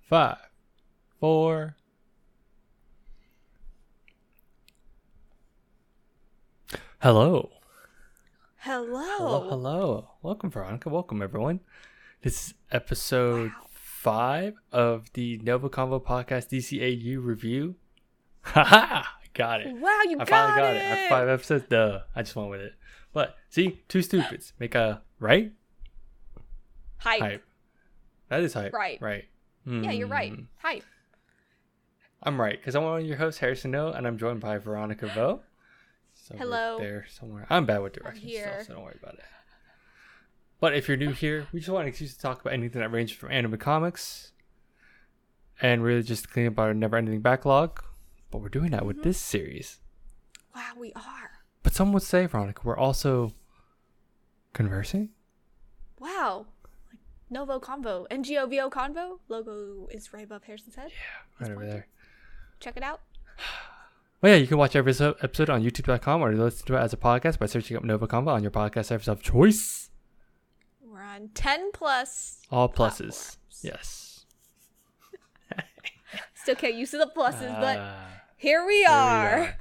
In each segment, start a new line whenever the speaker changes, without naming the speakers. five, four. Hello.
Hello.
Hello, hello. Welcome, Veronica. Welcome, everyone. This is episode
Wow.
five of the Nova Combo Podcast DCAU review. Ha ha! Got it.
Wow, you
I
got,
finally got
it.
it. After five episodes, duh. I just went with it. But see, two stupids make a right
Hype.
hype. That is hype.
Right.
Right.
Yeah, you're right.
Mm.
Hype.
I'm right because I'm one of your hosts, Harrison O, and I'm joined by Veronica Vo. So we're
Hello.
There somewhere. I'm bad with directions
here.
still, so don't worry about it. But if you're new here, we just want an excuse to talk about anything that ranges from anime comics and really just clean up our never ending backlog. But we're doing that
Mm-hmm.
with this series.
Wow, we are.
But some would say, Veronica, we're also conversing?
Wow. Like Novo Convo. NGOVO Convo. Logo is right above Harrison's head.
Right over there.
Check it out.
Well, yeah, you can watch every so- episode on youtube.com or listen to it as a podcast by searching up Nova Combo on your podcast service of choice.
We're on 10 plus.
All pluses.
Platforms.
Yes.
Still can't use the pluses, but
Ah,
here
there
we
we
are.
are.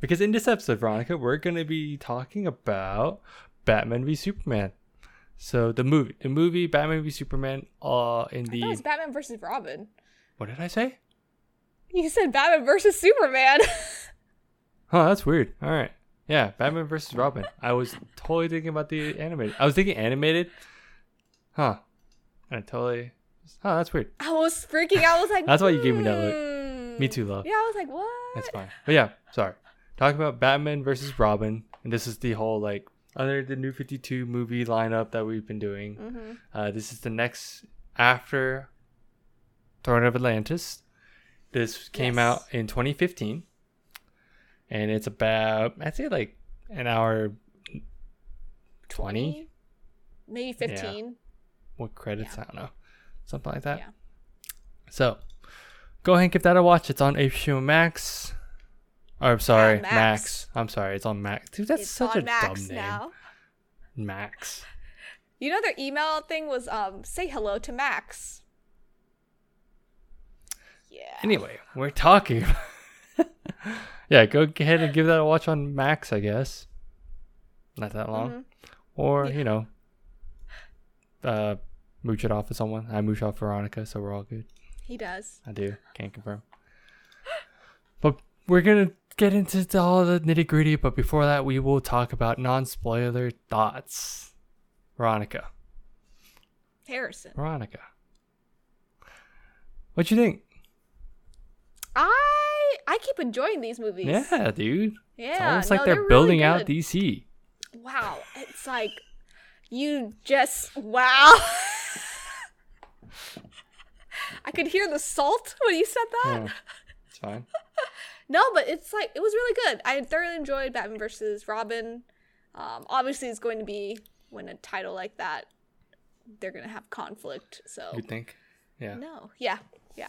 Because in this episode, Veronica, we're going to be talking about Batman v Superman. So the movie, the movie Batman v Superman, uh, in
I thought it was
the
Batman versus Robin.
what did I say?
You said Batman versus Superman.
Huh, that's weird. All right, yeah, Batman versus Robin. I was totally thinking about the animated. I was thinking animated. Huh, and I totally. Huh, that's weird.
I was freaking out. I was like,
That's why you gave me that look.
look.
Me too, love.
Yeah, I was like, what?
That's fine. But yeah, sorry. Talking about Batman versus Robin, and this is the whole like under the new 52 movie lineup that we've been doing.
Mm-hmm.
Uh, this is the next after Throne of Atlantis. This came
Yes.
out in 2015, and it's about I'd say like an hour 20
Maybe
Yeah.
15.
with credits. I don't know, something like that.
Yeah.
So, go ahead and give that a watch. It's on HBO Max. Oh, I'm sorry,
Max.
Max. I'm sorry, it's on Max. Dude, that's
it's
such
on
a
Max
dumb name.
now.
Max.
You know their email thing was um say hello to Max. Yeah.
Anyway, we're talking. yeah, go ahead and give that a watch on Max, I guess. Not that long.
Mhm.
Or,
Yeah.
you know, uh, mooch it off with someone. I mooch off Veronica, so we're all good.
He does.
I do. Can't confirm. But we're gonna get into the- all the nitty gritty. But before that, we will talk about non-spoiler thoughts. Veronica,
Harrison.
Veronica, what you think?
I I keep enjoying these movies.
Yeah, dude.
Yeah.
It's almost
no,
like they're,
really
building out
good.
DC.
Wow. It's like you just wow. I could hear the salt when you said that.
Yeah, it's fine.
No, but it's like it was really good. I thoroughly enjoyed Batman versus Robin. Um, obviously, it's going to be when a title like that, they're gonna have conflict. So
You think? Yeah.
no, yeah, yeah.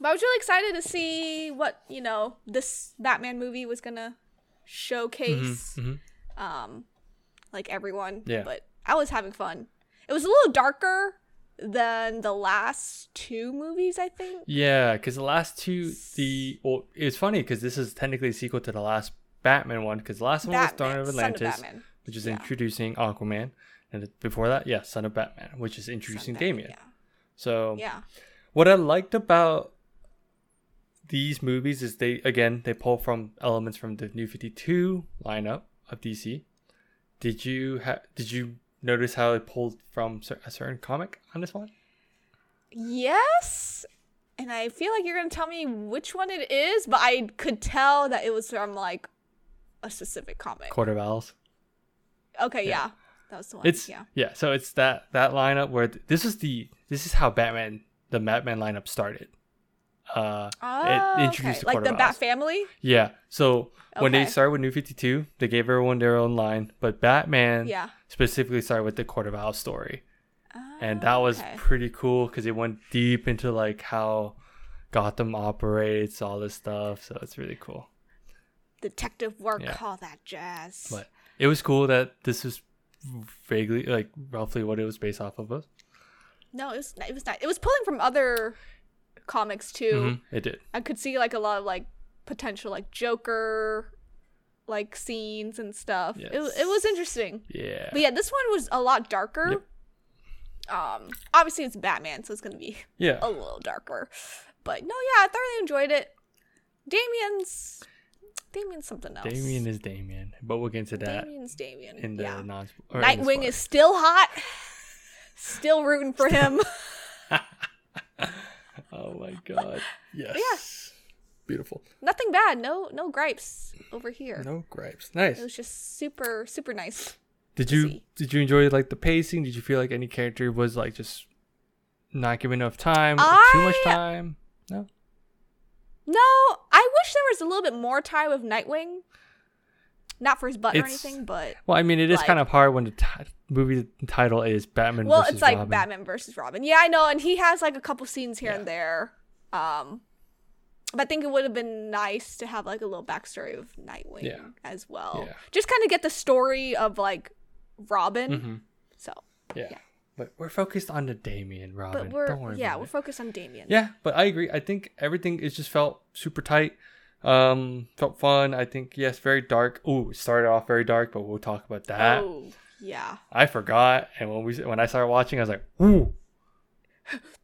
But I was really excited to see what you know this Batman movie was gonna showcase,
hmm
um, like everyone.
Yeah.
But I was having fun. It was a little darker than the last two movies, I think.
Yeah, because the last two, the well, it's funny because this is technically a sequel to the last Batman one. Because the last one was Dawn of
Son
Atlantis.
Batman.
which is
Yeah.
introducing Aquaman, and th- before that, yeah, Son of Batman, which is introducing
Son Batman,
Damien. So
Yeah. yeah.
what I liked about these movies is they again they pull from elements from the New Fifty Two lineup of DC. Did you ha- did you notice how it pulled from cer- a certain comic on this one?
Yes. And I feel like you're going to tell me which one it is, but I could tell that it was from like a specific comic.
Court of Owls.
Okay,
yeah.
yeah. That was the one.
It's yeah.
yeah.
So it's that that lineup where th- this is the this is how Batman the Batman lineup started. Uh,
Oh,
introduced
okay.
the
like
Court
the
of
Bat
Owls.
Family.
Yeah. So when they
Okay.
started with New 52, they gave everyone their own line, but Batman
Yeah.
specifically started with the Court of Owls story. And that
Oh,
was
okay.
pretty cool because it went deep into like how Gotham operates, all this stuff. So it's really cool.
detective work.
Yeah.
All that jazz.
But it was cool that this was vaguely, like, roughly what it was based off of. us.
No, it was it was nice. It was pulling from other comics too.
Mhm, It did.
I could see like a lot of like potential like Joker like scenes and stuff. It It
Yes.
it was interesting.
Yeah.
But yeah, this one was a lot darker. Um obviously it's Batman, so it's going to be
Yeah.
a little darker. But no, yeah, I thoroughly enjoyed it. Damien's Damien's something else.
Damien is Damien, but we'll get into that
Damien's Damien.
in the
yeah.
non. or in the
Nightwing
spoiler.
is still hot. Still rooting for him.
Oh my god. Yes. Beautiful.
Nothing bad. No no gripes over here.
No gripes.
It
Nice.
was just super super nice.
Did you
see.
did you enjoy like the pacing? Did you feel like any character was like just not given enough time or too much
I-
time? No.
No, I wish there was a little bit more time with Nightwing. Not for his butt or
It's-
anything, but
Well, I mean, it is
Like-
kind of hard when the ti- movie title is Batman.
well,
versus
it's like
Robin.
Batman versus Robin. Yeah, I know, and he has like a couple scenes here
Yeah.
and there. Um, but I think it would have been nice to have like a little backstory of Nightwing
Yeah.
as well.
Yeah.
Just kind of get the story of like Robin.
Mhm.
So,
Yeah.
yeah.
But we're focused on the Damien Robin.
but we're
Don't worry
yeah
about
we're
it.
focused on Damien.
Yeah, but I agree. I think everything is just felt super tight. Um, felt fun. I think yes, very dark. Ooh, it started off very dark, but we'll talk about that.
Oh yeah,
I forgot, and when we when I started watching, I was like, ooh,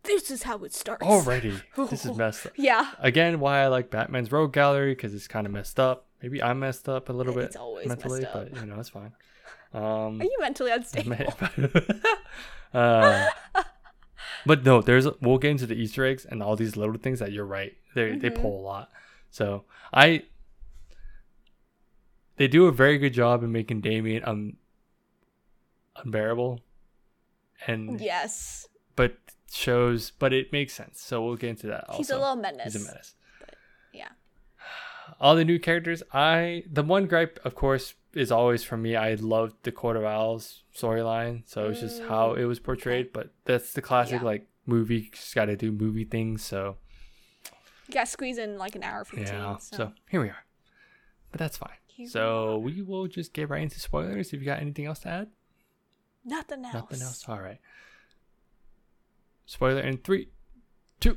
this is how it starts.
already this is messed up.
Yeah.
Again, why I like Batman's Rogue Gallery because it's kind of messed up. Maybe I'm messed up a little bit
It's always
mentally,
messed up.
but you know it's fine. Um,
Are you mentally unstable?
Uh, but no, there's we'll get into the Easter eggs and all these little things that you're right. They they
Mhm.
pull a lot. So I they do a very good job in making Damien um unbearable. And
Yes,
but shows but it makes sense. So we'll get into that also.
he's a little menace.
He's a menace.
yeah.
All the new characters, I the one gripe, of course, is always from me. I loved the Court of Owls storyline, so it's just how it was portrayed. But that's the classic
Mm, Yeah.
like movie. Just got to do movie things. So
You got to squeeze in like an hour fifteen.
yeah,
so,
so. here we are. But that's fine.
Here we
so we will just get right into spoilers. If you got anything else to add,
nothing else.
nothing else. All right. Spoiler in three, two,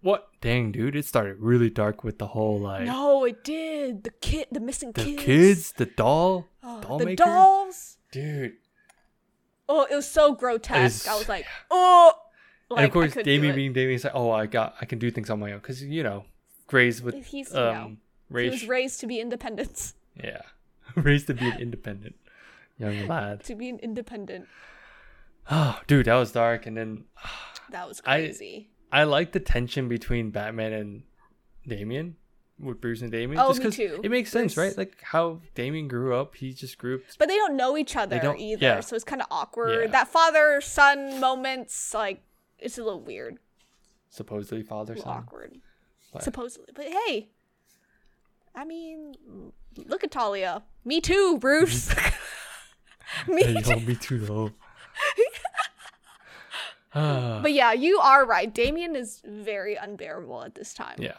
what? Dang, dude, it started really dark with the whole like
No, it did. The kid, the missing
the
kids,
kids, the doll,
Oh,
doll
the
maker?
dolls.
dude.
Oh, it was so grotesque. I
It's-
was like, oh. Like,
and
I
of course,
couldn't do
Damien
it.
being Damien is like, oh, I got, I can do things on my own because you know, raised with
He's, you know,
um,
he
raised,
was raised to be independent.
yeah, raised to be an independent young lad.
To be an independent.
Oh, dude, that was dark. And then
That was
I-
crazy.
I like the tension between Batman and Damien, with Bruce and Damien.
Oh,
just
me
'cause
too.
It makes sense,
Bruce.
right? Like how Damien grew up, he just grew up.
but they don't know each other
don't-
either,
yeah.
so it's kind of awkward.
Yeah.
That father son moments, like, it's a little weird,
Supposedly father
a little
son.
awkward,
But-
supposedly. But hey, I mean, look at Talia. Me too, Bruce.
Hey,
Me
yo,
too.
me too though. Ah,
But yeah, you are right. Damien is very unbearable at this time.
yeah,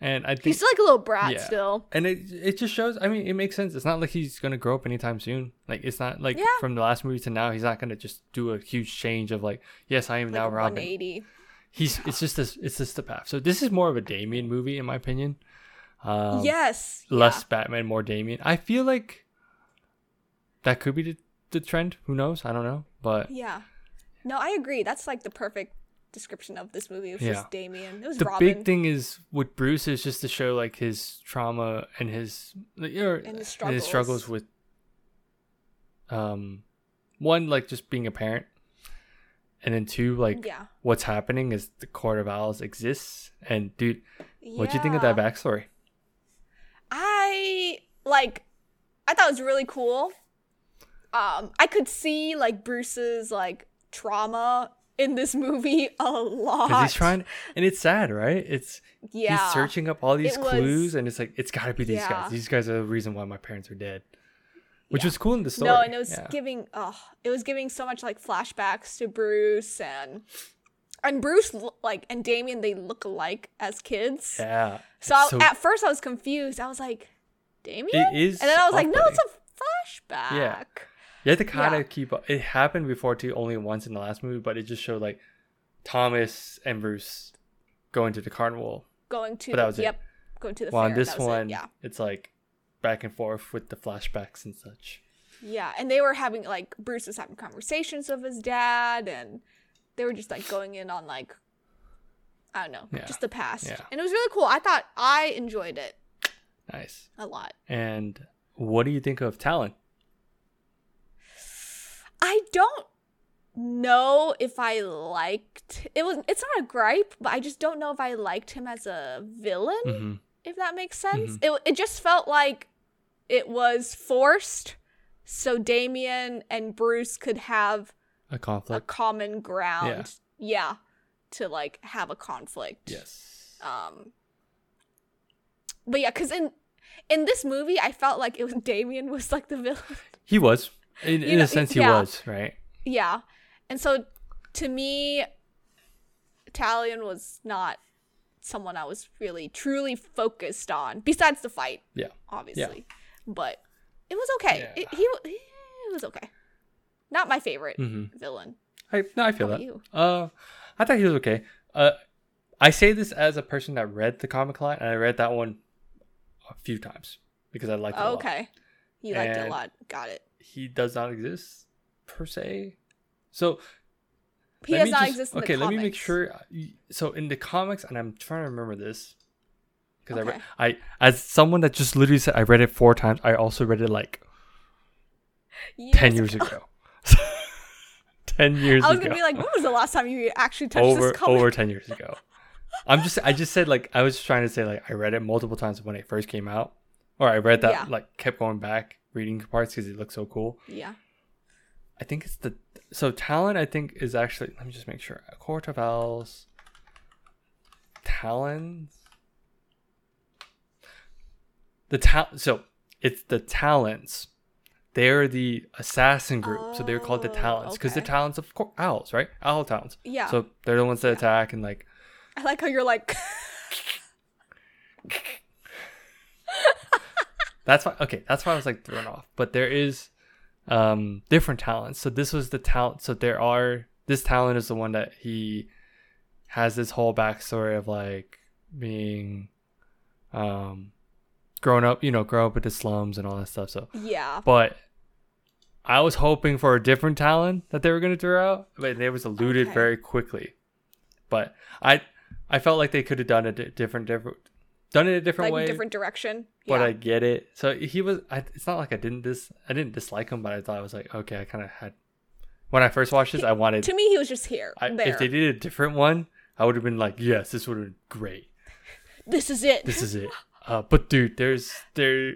and I think
He's like a little brat
Yeah.
still.
and it it just shows. I mean, it makes sense. It's not like he's gonna grow up anytime soon. Like it's not like
Yeah.
from the last movie to now, he's not gonna just do a huge change of like, yes, I am
Like
now
a
Robin.
180.
He's it's just this it's just the path. So this is more of a Damien movie in my opinion. Um,
yes.
less Batman, more Damien. I feel like that could be the, the trend. Who knows? I don't know, but
Yeah. No, I agree. That's like the perfect description of this movie. It was
Yeah.
just Damien. It was
the
Robin
big thing is with Bruce is just to show like his trauma and his like, or,
And his
and his struggles
struggles.
with um one like just being a parent and then two like
Yeah.
what's happening is the court of owls exists and dude what do you think of that
Yeah.
backstory
I like I thought it was really cool. Um I could see like Bruce's like trauma in this movie a lot.
because he's trying and it's sad right it's
yeah.
he's searching up all these
It was-
clues and it's like it's got to be these
Yeah.
guys these guys are the reason why my parents are dead which
Yeah.
was cool in the story
No, and it was
yeah.
giving oh, it was giving so much like flashbacks to Bruce and and Bruce lo- like and Damien they look alike as kids.
yeah
So, I,
So-
at first I was confused. I was like, Damien?
it is
and then I was like, no,
off-putting.
it's a flashback.
You have to kind
Yeah.
of keep up. It happened before too, only once in the last movie, but it just showed like Thomas and Bruce going to the carnival.
going to
But that was it.
yep, going to the
While on
fair.
this
that was it,
one,
yeah,
it's like back and forth with the flashbacks and such.
yeah, and they were having like Bruce was having conversations with his dad, and they were just like going in on like I don't know,
Yeah.
just the past,
Yeah.
and it was really cool. I thought I enjoyed it
Nice.
a lot.
And what do you think of Talon?
I don't know if I liked it was it's not a gripe, but I just don't know if I liked him as a villain,
Mm-hmm.
if that makes sense. It it just felt like it was forced so Damien and Bruce could have
A
a
conflict.
common ground. Yeah. To like have a conflict.
yes.
Um But yeah, cuz in in this movie I felt like it was Damien was like the villain.
He was. In,
You
in
know,
a sense, he
yeah.
was, right?
Yeah. And so to me, Italian was not someone I was really truly focused on, besides the fight.
Yeah.
Obviously. But it was okay.
Yeah.
It, he, wa- it was okay. Not my favorite
Mm-hmm.
villain.
I, no, I
How
feel
about
that.
you?
Uh, I thought he was okay. Uh, I say this as a person that read the comic line, and I read that one a few times because I liked it. a lot.
Oh, okay. You liked it a
And-
lot. Got it.
He does not exist per se. So
He
let
does
me
not
just-
exist in
okay,
the comics.
let me make sure. uh, So in the comics, and I'm trying to remember this because
Okay.
I read. I as someone that just literally said I read it four times. I also read it like ten years ago. ten years
I was
ago.
going to be like, when was the last time you actually touched
over
this comic?
over 10 years ago i'm just i just said like i was trying to say like i read it multiple times when it first came out or i read that
Yeah.
like kept going back reading parts because it looked so cool
Yeah.
i think it's the so talon i think is actually let me just make sure court of owls talon the tal so it's the talons they're the assassin group so they're called the
Oh,
talons because
okay.
they're talons of cour- owls right owl talons
Yeah.
so they're the ones that attack and like
I like how you're like,
that's why okay, that's why I was like thrown off. But there is um different talents. So this was the talent so there are this talent is the one that he has this whole backstory of like being um grown up, you know, grown up with the slums and all that stuff. So
yeah.
but I was hoping for a different talent that they were gonna throw out, but they was eluded
Okay.
very quickly. But I I felt like they could have done a di- different different done it a different
Like
way.
different direction.
but
yeah.
I get it. So he was. I, it's not like I didn't dis. I didn't dislike him, but I thought I was like, okay, I kind of had. When I first watched this, I wanted.
to me, he was just here.
I,
there.
if they did a different one, I would have been like, yes, this would have been great.
this is it.
This is it. Uh, but dude, there's there,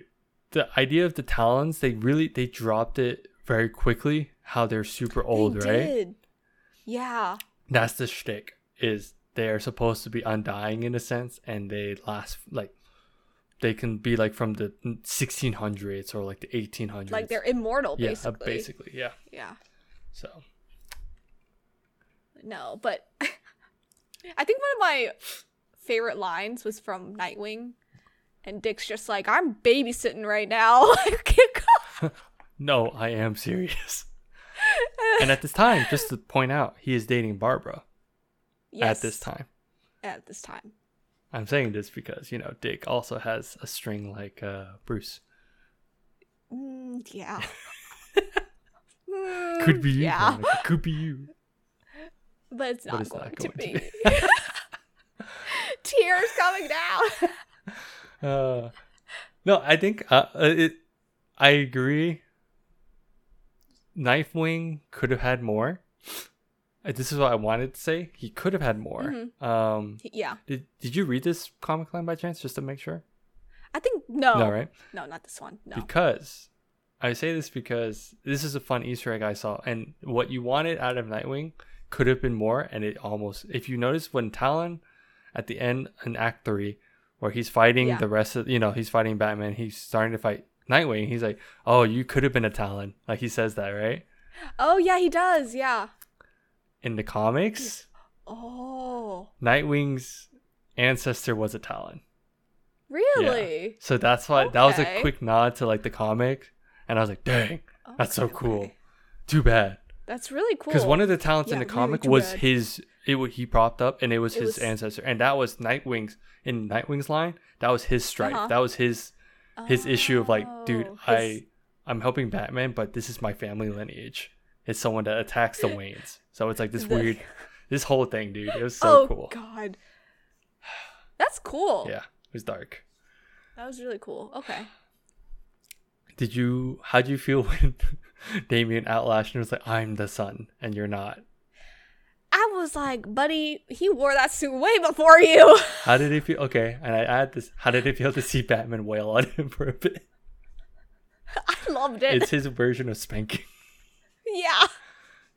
the idea of the talons. They really they dropped it very quickly. How they're super
They
old, right?
did. Yeah.
That's the shtick. Is they are supposed to be undying in a sense, and they last like. They can be like from the 1600s or like the 1800s.
Like they're immortal,
yeah, uh,
basically.
basically, yeah.
Yeah.
So
No, but I think one of my favorite lines was from Nightwing. And Dick's just like, I'm babysitting right now. Like, get going.
no, I am serious. and at this time, just to point out, he is dating Barbara
yes,
at this time.
At this time.
I'm saying this because you know Dick also has a string like uh, Bruce.
Mm, yeah.
Could
Mm,
be you.
Yeah.
Monica, Could be you.
But it's
But
not
it's
going,
not
to
going
be.
to
Tears coming down.
Uh, no, I think uh, uh, it. I agree. Knifewing could have had more. Uh, This is what I wanted to say. He could have had more. Um,
yeah.
did Did you read this comic line by chance, just to make sure?
I think, no.
No, right?
No, not this one. No.
Because I say this because this is a fun Easter egg I saw, and what you wanted out of Nightwing could have been more, and it almost. If you notice when Talon, at the end in Act Three, where he's fighting
Yeah.
the rest of you know he's fighting Batman, he's starting to fight Nightwing. He's like, "Oh, you could have been a Talon," like he says that right
Oh, yeah, he does. Yeah.
in the comics.
Oh,
Nightwing's ancestor was a Talon.
really?
So that's why that was
Okay.
a quick nod to like the comic, and I was like, "Dang, that's so
Okay,
cool."
okay.
Too bad.
That's really cool.
Because one of the talents in
Yeah,
the
really
comic
too
was
bad.
his it wa- he propped up, and it was
It
his
was-
ancestor, and that was Nightwing's in Nightwing's line. That was his strife.
Uh-huh.
That was his his issue of like, dude,
Oh, his-
I I'm helping Batman, but this is my family lineage. It's someone that attacks the Waynes, so it's like this
The-
weird, this whole thing, dude. It was so
oh
cool.
God, that's cool.
Yeah, it was dark.
that was really cool. Okay,
Did you? How do you feel when Damien outlashed and was like, "I'm the sun, and you're not"?
I was like, buddy, he wore that suit way before you.
How did it feel? Okay, and I add this. How did it feel to see Batman wail on him for a bit?
I loved it.
It's his version of spanking.
yeah,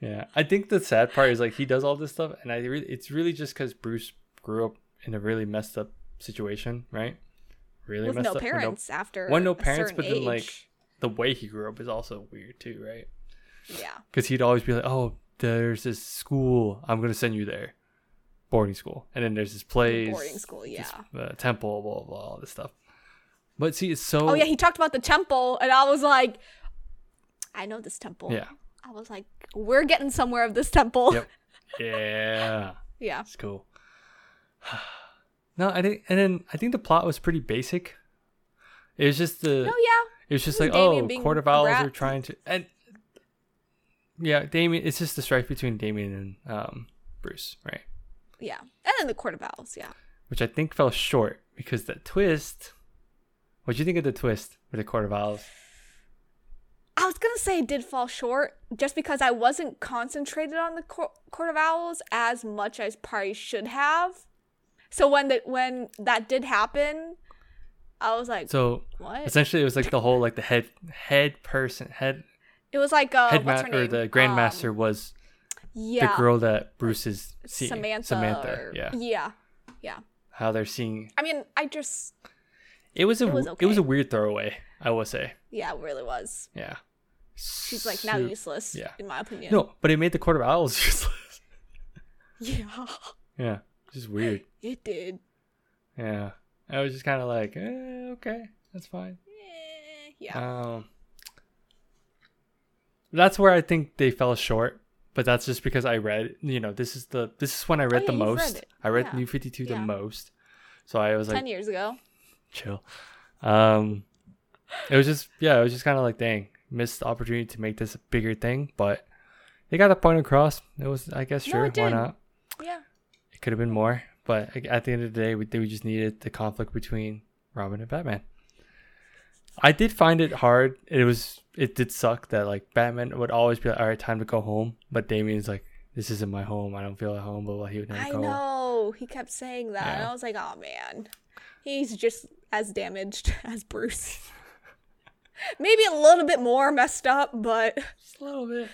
Yeah, I think the sad part is like he does all this stuff, and I re- it's really just because Bruce grew up in a really messed up situation, right? Really
with
messed
no
up. with
parents after
One, no
a
parents,
certain
but then like
age.
the way he grew up is also weird too, right?
yeah,
Because he'd always be like, "Oh, there's this school. I'm gonna send you there, boarding school." And then there's this place,
boarding school. Yeah.
this, uh, temple, blah, blah blah, all this stuff. But see, it's so
oh yeah, he talked about the temple, and I was like, I know this temple.
yeah,
I was like, we're getting somewhere of this temple.
Yep. yeah.
yeah.
It's cool. No, I didn't. And then I think the plot was pretty basic. It was just the.
No, yeah.
it was just
it was
like
Damien
oh,
being
court of
a
owls
rat.
are trying to and. Yeah, Damien. It's just the strife between Damien and um, Bruce, right?
Yeah. And then the Court of Owls, yeah.
Which I think fell short because the twist. What do you think of the twist with the court of owls?
I was going to say it did fall short just because I wasn't concentrated on the Cour- Court of Owls as much as probably should have. So when the, when that did happen, I was like,
So
what?
essentially, it was like the whole like the head head person head
It was like, uh,
head
what's her
or
name?
the grandmaster
Um,
was
yeah.
the girl that Bruce is seeing
Samantha. or-
yeah,
Yeah. Yeah.
how they're seeing.
I mean, I just,
It was a
It was
w- it was
okay.
a weird throwaway, I will say.
yeah, it really was.
Yeah.
She's like now useless,
yeah.
in my opinion.
No, but it made the court of owls useless.
Yeah.
yeah, just weird.
It did.
Yeah, I was just kind of like, eh, okay, that's fine.
Eh, yeah.
Um, that's where I think they fell short. But that's just because I read, you know, this is the this is when I read
Oh, yeah,
the
you've read
most.
it.
I read
Yeah.
New Fifty Two the
Yeah.
most, so I was like,
10 years ago.
chill. Um, it was just yeah, it was just kind of like dang, missed the opportunity to make this a bigger thing, but they got a point across. It was I guess
No,
sure
it
why
did.
not?
Yeah.
It could have been more, but a- at the end of the day, we we just needed the conflict between Robin and Batman. I did find it hard. It was it did suck that like Batman would always be like, all right, time to go home, but Damien's like. This isn't my home. I don't feel at home. But he would never
I
go.
know. He kept saying that. And
oh. Yeah.
I was like, oh, man. He's just as damaged as Bruce. Maybe a little bit more messed up, but
Just a little bit.